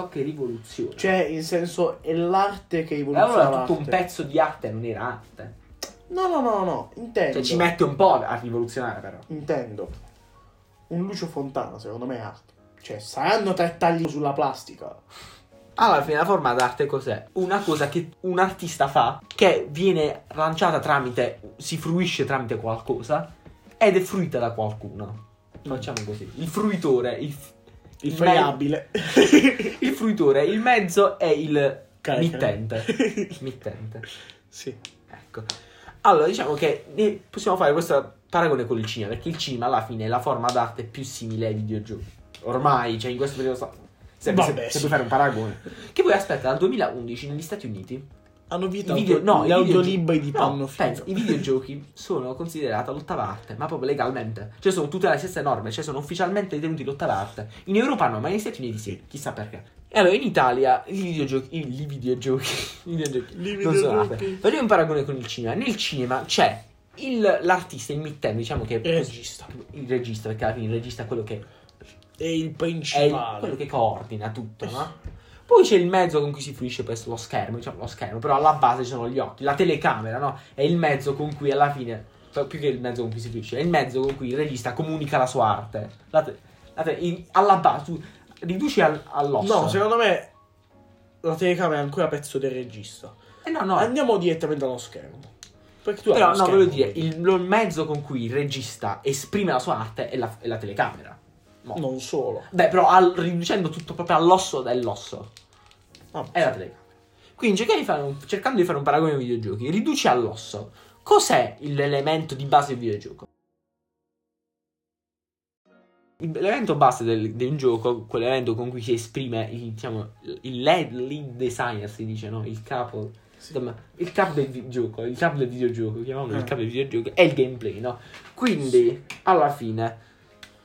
che rivoluziona. Cioè, in senso, è l'arte che E evoluziona. allora tutto un l'arte. pezzo di arte non era arte. No, no, no, no, intendo. Cioè ci mette un po' a rivoluzionare però. Intendo. Un Lucio Fontana, secondo me, è arte. Cioè, saranno tre tagli sulla plastica. Alla fine la forma d'arte cos'è? Una cosa che un artista fa che viene lanciata tramite, si fruisce tramite qualcosa ed è fruita da qualcuno. Facciamo così. Il fruitore, il, f- Il me- friabile. il fruitore, il mezzo è il Carica. mittente. mittente. sì. Ecco. Allora, diciamo che ne- possiamo fare questo paragone con il cinema, perché il cinema alla fine è la forma d'arte più simile ai videogiochi. Ormai, cioè in questo periodo sta... Se, se- Vabbè, se sì. puoi fare un paragone. Che poi aspetta, dal 2011 negli Stati Uniti Hanno vita I video- auto- no, gli i videogio- audiolibri di no, Panno Fino. pensa, I videogiochi sono considerata l'ottava arte, ma proprio legalmente. Cioè sono tutte le stesse norme, cioè sono ufficialmente ritenuti l'ottava arte. In Europa no, ma negli Stati Uniti sì, chissà perché. E allora in Italia i videogiochi... I, i videogiochi... I videogiochi... Li non sono videogiochi. arte. Facciamo un paragone con il cinema. Nel cinema c'è il- l'artista, il mittente, diciamo che... Il regista. Il regista, perché alla fine il regista è quello che È il è il- quello principale. Eh che coordina tutto, no? Poi c'è il mezzo con cui si fruisce questo, lo schermo, diciamo lo schermo, però alla base ci sono gli occhi, la telecamera, no? È il mezzo con cui alla fine, cioè, più che il mezzo con cui si fruisce, è il mezzo con cui il regista comunica la sua arte. La te- la te- in- alla base, tu riduci al- all'osso. No, secondo me la telecamera è ancora pezzo del regista. Eh no, no, Andiamo direttamente allo schermo. Perché tu hai però uno no, schermo, voglio dire, vedi? il, lo- il mezzo con cui il regista esprime la sua arte è la, è la telecamera. Mo. non solo. Beh, però al- riducendo tutto proprio all'osso dell'osso. Ah, è la telecamera. Quindi cercare di fare un- cercando di fare un paragone ai videogiochi, riduci all'osso. Cos'è il- l'elemento di base del videogioco? Il- L'elemento base del- di un gioco, quell'elemento con cui si esprime il, diciamo, il lead, lead designer, si dice, no? Il capo. Sì. Insomma, il capo del vi- gioco, il capo del videogioco, chiamiamolo il Eh. capo del videogioco, è il gameplay, no? Quindi, alla fine,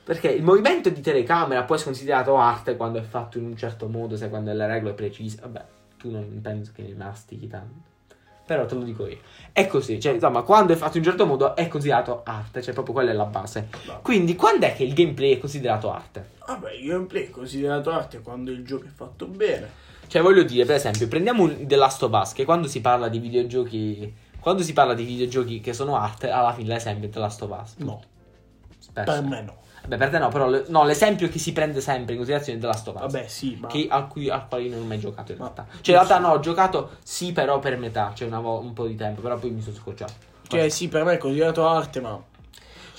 perché il movimento di telecamera poi è considerato arte quando è fatto in un certo modo, sai, quando le regole precise. Vabbè, tu non penso che ne mastichi tanto. Però te lo dico io. È così, cioè, insomma, quando è fatto in un certo modo è considerato arte, cioè proprio quella è la base. Bravo. Quindi, quando è che il gameplay è considerato arte? Vabbè, il gameplay è considerato arte quando il gioco è fatto bene. Cioè, voglio dire, per esempio, prendiamo un- The Last of Us, che quando si parla di videogiochi. Quando si parla di videogiochi che sono arte, alla fine l'esempio è The Last of Us. No, Spesso. per me no. Vabbè, per te no, però le- no, l'esempio che si prende sempre in considerazione è The Last of Us. Vabbè, sì, ma che, al, cui, al quale io non ho mai giocato in Ma- realtà. Cioè, in realtà no, ho giocato sì, però per metà, cioè una vo- un po' di tempo, però poi mi sono scocciato. cioè sì, per me è considerato arte, ma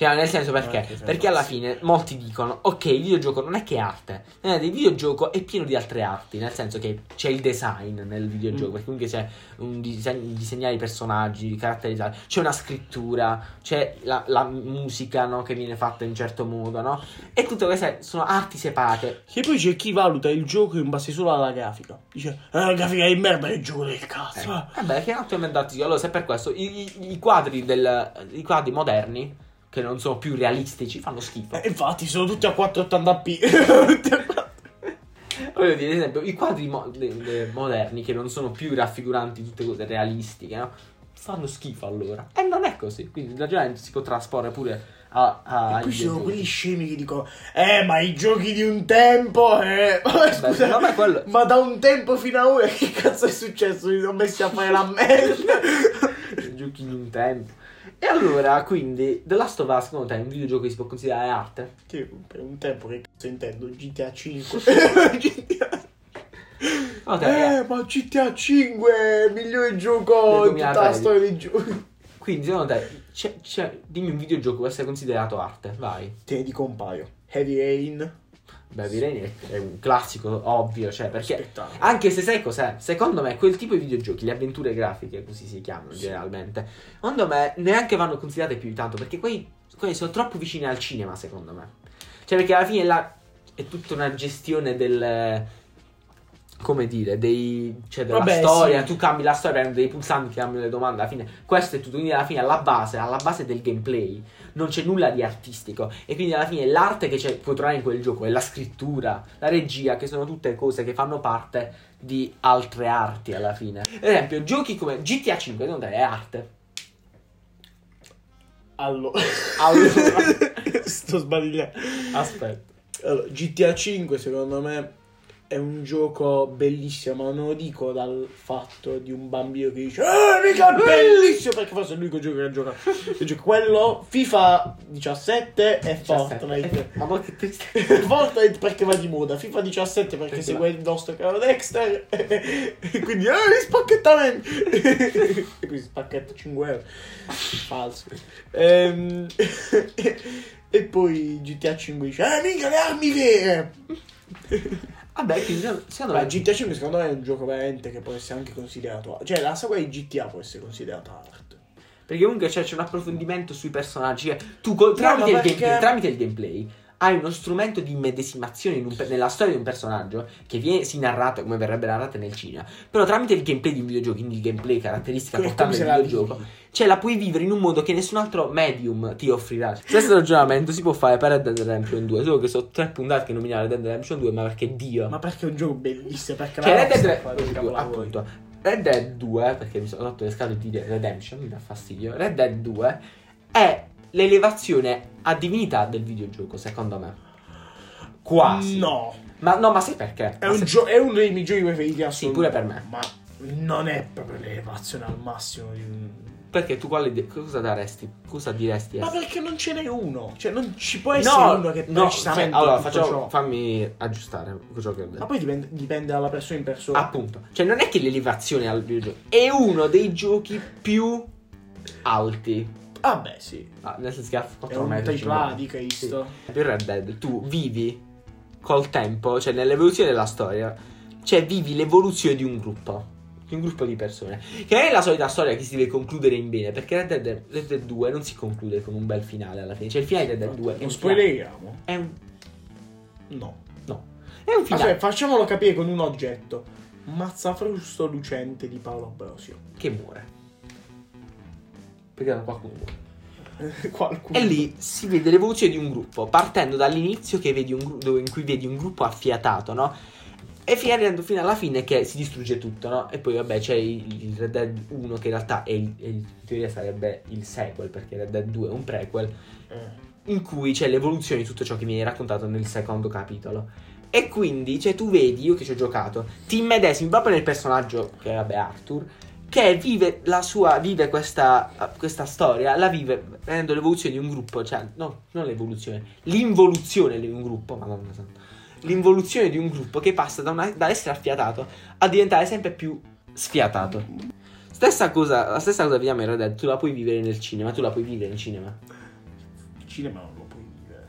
Cioè, nel senso Eh, che perché? sei Perché alla pazzo. fine molti dicono, ok, il videogioco non è che è arte, Eh, il videogioco è pieno di altre arti, nel senso che c'è il design nel videogioco, Mm. perché comunque c'è un diseg- disegnare i personaggi, caratterizzare, c'è una scrittura, c'è la, la musica no, che viene fatta in un certo modo, no? E tutte queste sono arti separate. che poi c'è chi valuta il gioco in base solo alla grafica. Dice, "Eh, la grafica è di merda, è il gioco del Eh, cazzo. eh." Vabbè, che altro inventati? Allora, se per questo i, i- i quadri del, i quadri moderni, che non sono più realistici, fanno schifo. Eh, infatti, sono tutti a 480p. Voglio dire, ad esempio, i quadri mo- de- de- moderni che non sono più raffiguranti tutte cose realistiche, no? Fanno schifo allora. E non è così. Quindi la gente si può trasporre pure a. a E poi ai ci sono videogiochi. quelli scemi che dicono: Eh, ma i giochi di un tempo. Eh. Scusa, no, ma quello- ma da un tempo fino a ora che cazzo è successo? Mi sono messi a fare la merda. Giochi di un tempo. E allora, quindi, The Last of Us, secondo te, è un videogioco che si può considerare arte? Che per un tempo che cazzo intendo? GTA 5. GTA... Ok, eh, ma GTA 5 è il migliore gioco Del in tutta la 2013. storia dei giochi. Quindi, secondo te, c'è- c'è- dimmi un videogioco che può essere considerato arte, vai. Te ne dico un paio: Heavy Rain. Beh, direi che è un classico ovvio, cioè, perché Spettacolo. Anche se sai cos'è? Secondo me quel tipo di videogiochi, le avventure grafiche, così si chiamano Sì. generalmente, secondo me neanche vanno considerate più di tanto perché quei, quelli sono troppo vicini al cinema, secondo me. Cioè perché alla fine là è tutta una gestione del... come dire, dei, cioè della Vabbè, storia, sì. tu cambi la storia, prendi dei pulsanti, cambi le domande, alla fine questo è tutto, quindi alla fine alla base, alla base del gameplay non c'è nulla di artistico e quindi alla fine l'arte che c'è, puoi trovare in quel gioco è la scrittura, la regia, che sono tutte cose che fanno parte di altre arti alla fine. Ad esempio, giochi come GTA 5, non è arte. Allora, Allora. sto sbagliando. Aspetta. Allora, GTA 5 secondo me è un gioco bellissimo, ma non lo dico dal fatto di un bambino che dice Eh, mica è bellissimo! Perché forse è l'unico gioco che ha giocato. Io gioco quello, FIFA 17 e Fortnite. Ma che triste. Fortnite perché va di moda, FIFA 17 perché Perché segue il nostro caro Dexter e quindi eh, gli spacchettamenti e quindi spacchetto 5 euro falso Ehm, e poi GTA 5 dice eh mica le armi vere Vabbè, quindi secondo Ma me GTA 5 secondo me è un gioco veramente che può essere anche considerato cioè la saga di GTA può essere considerata arte Perché comunque cioè, c'è un approfondimento sui personaggi. cioè, tu co- No, ma tramite, il perché- gameplay, tramite il gameplay hai uno strumento di medesimazione in un pe- nella storia di un personaggio che viene, si narrata come verrebbe narrata nel cinema, però tramite il gameplay di un videogioco, quindi il gameplay caratteristica Come- portante come del se la videogioco, cioè la puoi vivere in un modo che nessun altro medium ti offrirà. Stesso ragionamento si può fare per Dead Redemption 2, solo che sono tre puntate che nominare Dead Redemption 2, ma perché Dio. Ma perché è un gioco bellissimo? Perché Cioè, la Red Rockstar Dead fa 2, dei capolavori. appunto, Red Dead 2, perché mi sono rotto le scale di Redemption, mi dà fastidio. Red Dead 2 è l'elevazione a divinità del videogioco, secondo me. Quasi. No, Ma no, ma sai perché? è Ma un, sai- gio- è uno dei miei giochi preferiti assolutamente. Sì, pure per me. Ma non è proprio l'elevazione al massimo di un... Perché tu quale di- cosa daresti? Cosa diresti? Ma essere? perché non ce n'è uno? Cioè, non ci può essere uno che no, precisamente... cioè, allora, tutto facciamo- ciò. fammi aggiustare ciò che ho detto. Ma poi dipende, dipende dalla persona in persona. Appunto, cioè non è che l'elevazione al videogioco è uno dei giochi più alti. Ah, beh, sì. Ah, nel senso che ha È 4 un metri. tripla di Sì. Cristo. Per Red Dead tu vivi col tempo, cioè nell'evoluzione della storia, cioè vivi l'evoluzione di un gruppo, di un gruppo di persone. Che non è la solita storia che si deve concludere in bene, perché Red Dead, Red Dead 2 non si conclude con un bel finale alla fine. Cioè il finale di Red Dead 2 è Non un finale. spoileriamo? È un, No. no, è un finale. Aspetta, facciamolo capire con un oggetto. Mazzafrusto lucente di Paolo Ambrosio. che muore. Perché da qualcuno muore. Qualcuno. E lì si vede l'evoluzione di un gruppo, partendo dall'inizio che vedi un gru- dove- in cui vedi un gruppo affiatato, no? E fino, arrivando fino alla fine che si distrugge tutto, no? E poi vabbè c'è il, il Red Dead 1 che in realtà è il- è il- in teoria sarebbe il sequel, perché Red Dead 2 è un prequel, Eh. in cui c'è l'evoluzione di tutto ciò che viene raccontato nel secondo capitolo. E quindi, cioè, tu vedi, io che ci ho giocato, ti immedesimi proprio nel personaggio, che vabbè, Arthur, che vive la sua, vive questa, questa storia, la vive prendendo l'evoluzione di un gruppo, cioè, no, non l'evoluzione, l'involuzione di un gruppo, madonna santa, l'involuzione di un gruppo che passa da una- dall'essere affiatato a diventare sempre più sfiatato. Stessa cosa, la stessa cosa vediamo in Red Dead, tu la puoi vivere nel cinema, tu la puoi vivere in cinema. Il cinema non lo puoi dire.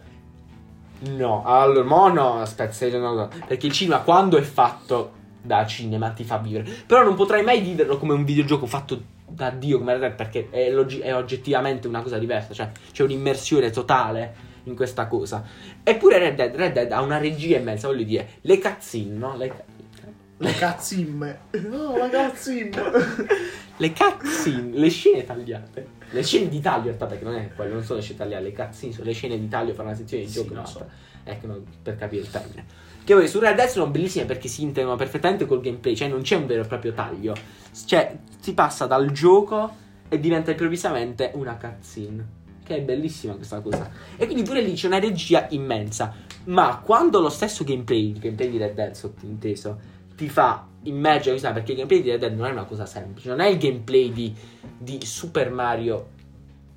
No, allora, mo no, aspetta, se- no, no, perché il cinema quando è fatto da cinema ti fa vivere, però non potrai mai viverlo come un videogioco fatto da Dio come Red Dead perché è, logi- è oggettivamente una cosa diversa, cioè c'è un'immersione totale in questa cosa. Eppure Red Dead, Red Dead ha una regia immensa, voglio dire, le cazzine, no? Le, Le cazzimme. No, la cazzimme. le cutscene, le scene tagliate, le scene di taglio, aspetta che non è quello, non sono le scene tagliate, le cutscene sono le scene di taglio per una sezione di Sì, Mm. gioco lo e so. basta. Ecco, no, per capire il termine. Che poi su Red Dead sono bellissime perché si integrano perfettamente col gameplay, cioè non c'è un vero e proprio taglio. Cioè, si passa dal gioco e diventa improvvisamente una cutscene. Che è bellissima questa cosa. E quindi pure lì c'è una regia immensa. Ma quando lo stesso gameplay, il gameplay di Red Dead sottinteso, ti fa immergere questa perché il gameplay di Red Dead non è una cosa semplice, non è il gameplay di, di Super Mario,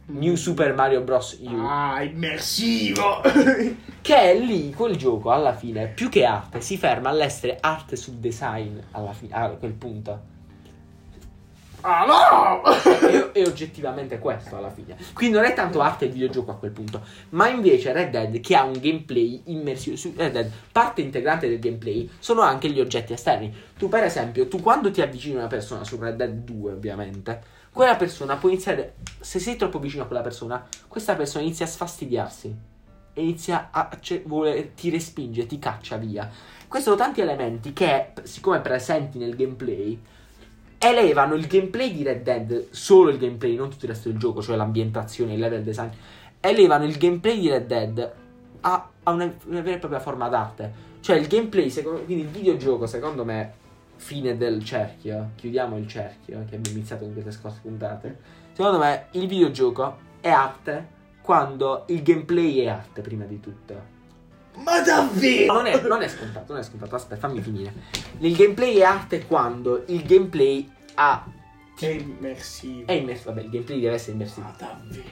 New Super Mario Bros. U. Ah, immersivo. Che è lì quel gioco alla fine, più che arte, si ferma all'essere arte sul design alla fine, a quel punto. ah, no! E, e oggettivamente è questo alla fine. Quindi non è tanto arte e videogioco a quel punto, ma invece Red Dead che ha un gameplay immersivo. Su Red Dead, parte integrante del gameplay sono anche gli oggetti esterni. Tu, per esempio, tu quando ti avvicini a una persona su Red Dead 2, ovviamente. Quella persona può iniziare. Se sei troppo vicino a quella persona, questa persona inizia a sfastidiarsi. E inizia a. cioè, vuole- ti respinge, ti caccia via. Questi sono tanti elementi che, siccome presenti nel gameplay, elevano il gameplay di Red Dead, solo il gameplay, non tutto il resto del gioco, cioè l'ambientazione, il level design, elevano il gameplay di Red Dead a, a una, una vera e propria forma d'arte. Cioè il gameplay, secondo- quindi il videogioco, secondo me, fine del cerchio, chiudiamo il cerchio che abbiamo iniziato in queste scorse puntate. Secondo me il videogioco è arte quando il gameplay è arte prima di tutto. Ma davvero? Non è, non è scontato, non è scontato. Aspetta, fammi finire. Il gameplay è arte quando il gameplay ha. È immersivo. È immersivo. Vabbè, il gameplay deve essere immersivo. Ma davvero?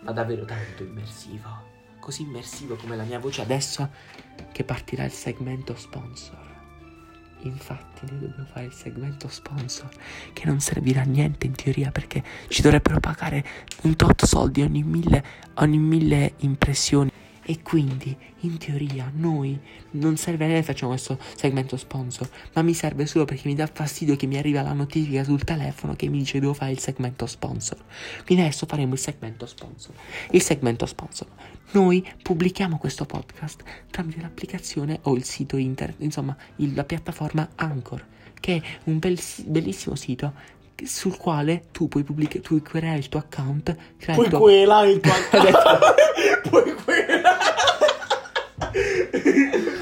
Ma davvero tanto immersivo. Così immersivo come la mia voce adesso che partirà il segmento sponsor. Infatti noi dobbiamo fare il segmento sponsor che non servirà a niente in teoria perché ci dovrebbero pagare un tot soldi ogni mille, ogni mille impressioni. E quindi, in teoria, noi non serve a noi facciamo questo segmento sponsor, ma mi serve solo perché mi dà fastidio che mi arriva la notifica sul telefono che mi dice devo fare il segmento sponsor. Quindi adesso faremo il segmento sponsor. Il segmento sponsor. Noi pubblichiamo questo podcast tramite l'applicazione o il sito internet, insomma, il- la piattaforma Anchor, che è un bel- bellissimo sito sul quale tu puoi pubblicare, tu puoi creare il tuo account, Eh, Puoi creare ecco. il tuo querelare il tuo Puoi querelare.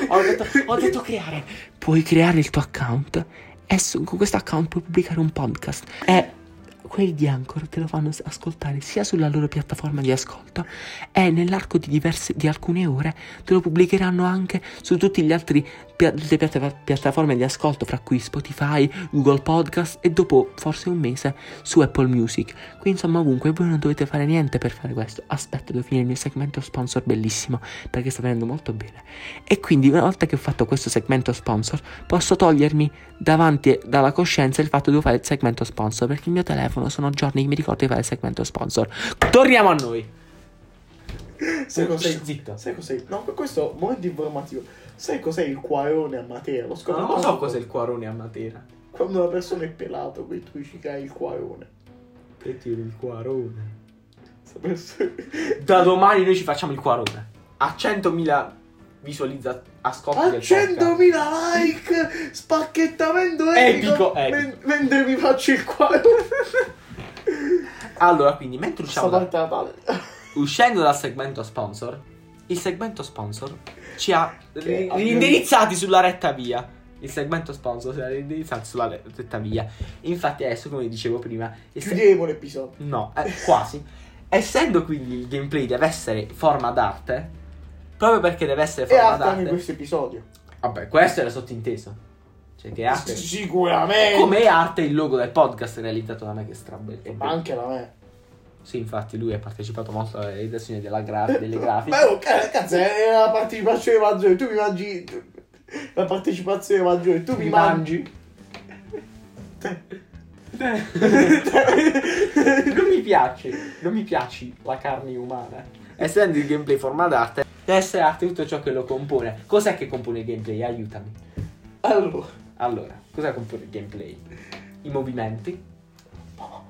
ho detto, ho detto creare. Puoi creare il tuo account e su- con questo account puoi pubblicare un podcast. E quelli di Anchor te lo fanno s- ascoltare sia sulla loro piattaforma di ascolto e nell'arco di, diverse, di alcune ore te lo pubblicheranno anche su tutte le altre piattaforme di ascolto, fra cui Spotify, Google Podcast e dopo forse un mese su Apple Music. Quindi insomma ovunque voi non dovete fare niente per fare questo. Aspetto, devo finire il mio segmento sponsor bellissimo perché sta venendo molto bene. E quindi una volta che ho fatto questo segmento sponsor posso togliermi davanti dalla coscienza il fatto che devo fare il segmento sponsor perché il mio telefono sono giorni che mi ricordo di fare il segmento sponsor. Torniamo a noi. Sai cos'è? Shh, zitta. Sai cos'è? No, questo è un momento informativo. Sai cos'è il quarone a Matera? Lo Ma scopo non lo so cos'è il quarone a Matera. Quando una persona è pelata, poi tu dici che hai il quarone. Che tiro il quarone. Questa persona- Da domani noi ci facciamo il quarone. A 100.000 visualizza ascolti A del podcast. 100.000 like, spacchettamento Epico, epico, epico. men- mentre mi faccio il quarone. Allora, quindi mentre usciamo da- Stavolta la palla. uscendo dal segmento sponsor, il segmento sponsor ci ha ri- abbiamo- rindirizzati sulla retta via. Il segmento sponsor ci ha rindirizzati sulla re- retta via. Infatti adesso, come dicevo prima, il se- Chiudiamo l'episodio. No, eh, quasi. Essendo quindi il gameplay deve essere forma d'arte, proprio perché deve essere E forma altro anche d'arte. questo episodio. Vabbè, questo era sottinteso. Cioè che è arte. Sicuramente. Come è arte il logo del podcast realizzato da me che strabello. Ma anche la me. Sì, infatti lui ha partecipato molto alla realizzazione della gra- delle grafiche. Beh, oh, ca- cazzo, è la partecipazione maggiore. Tu mi mangi. La partecipazione maggiore. Tu mi, Mi mangi. non mi piace, non mi piace la carne umana. Essendo il gameplay forma d'arte, deve essere arte tutto ciò che lo compone. Cos'è che compone il gameplay? Aiutami. Allora, Allora, cos'è compone il gameplay? I movimenti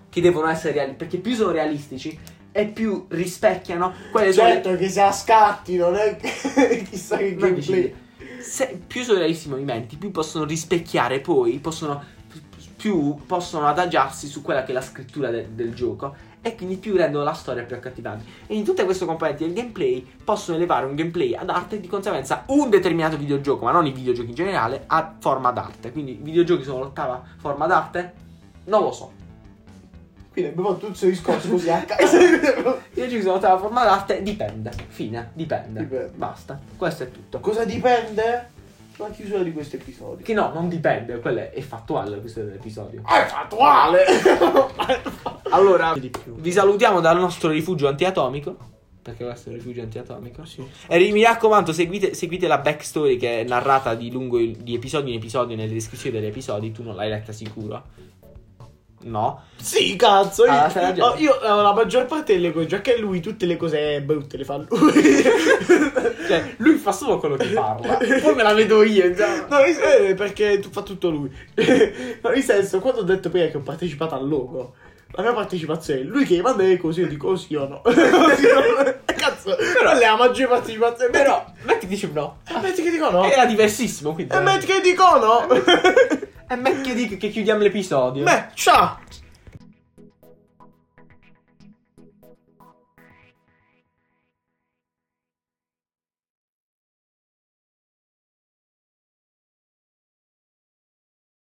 che devono essere reali, perché più sono realistici e più rispecchiano quelle sono le- certo che se a scatti non è che- chissà che Non dici gameplay. che- se- più sono realisti i movimenti, più possono rispecchiare poi, possono, più possono adagiarsi su quella che è la scrittura de- del gioco e quindi più rendono la storia più accattivante. E in tutte queste componenti del gameplay possono elevare un gameplay ad arte e di conseguenza un determinato videogioco, ma non i videogiochi in generale, a forma d'arte. Quindi i videogiochi sono l'ottava forma d'arte? Non lo so. Esatto. Quindi abbiamo fatto tutto questo discorso così a casa. I videogiochi sono l'ottava forma d'arte? Dipende. Fine, dipende. Dipende. Basta. Questo è tutto. Cosa dipende? La chiusura di questo episodio. Che no, non dipende, quello è fattuale questo dell'episodio. Ah, È fattuale! Allora, Di più. vi salutiamo dal nostro rifugio antiatomico. Perché questo è un rifugio antiatomico. E ri- mi raccomando, seguite, seguite la backstory che è narrata di lungo di episodio in episodio nelle descrizioni degli episodi. Tu non l'hai letta sicuro? No. Sì, cazzo, io, Ah, stai ragionando. oh, io, eh, la maggior parte delle cose, già che lui tutte le cose brutte le fa lui. Cioè, lui fa solo quello che parla. Poi me la vedo io, insomma. No, nel sen- eh, perché tu fa tutto lui. No, nel senso, quando ho detto prima che ho partecipato al logo, la mia partecipazione è lui che mi manda le cose, io dico oh, sì o no. Sì o no. Cazzo, però è la maggior partecipazione. Però, Però, Eh, metti che dice no. metti che dico no. Era diversissimo, quindi. E metti che dico no. E metti che dico che chiudiamo l'episodio. Beh, ciao.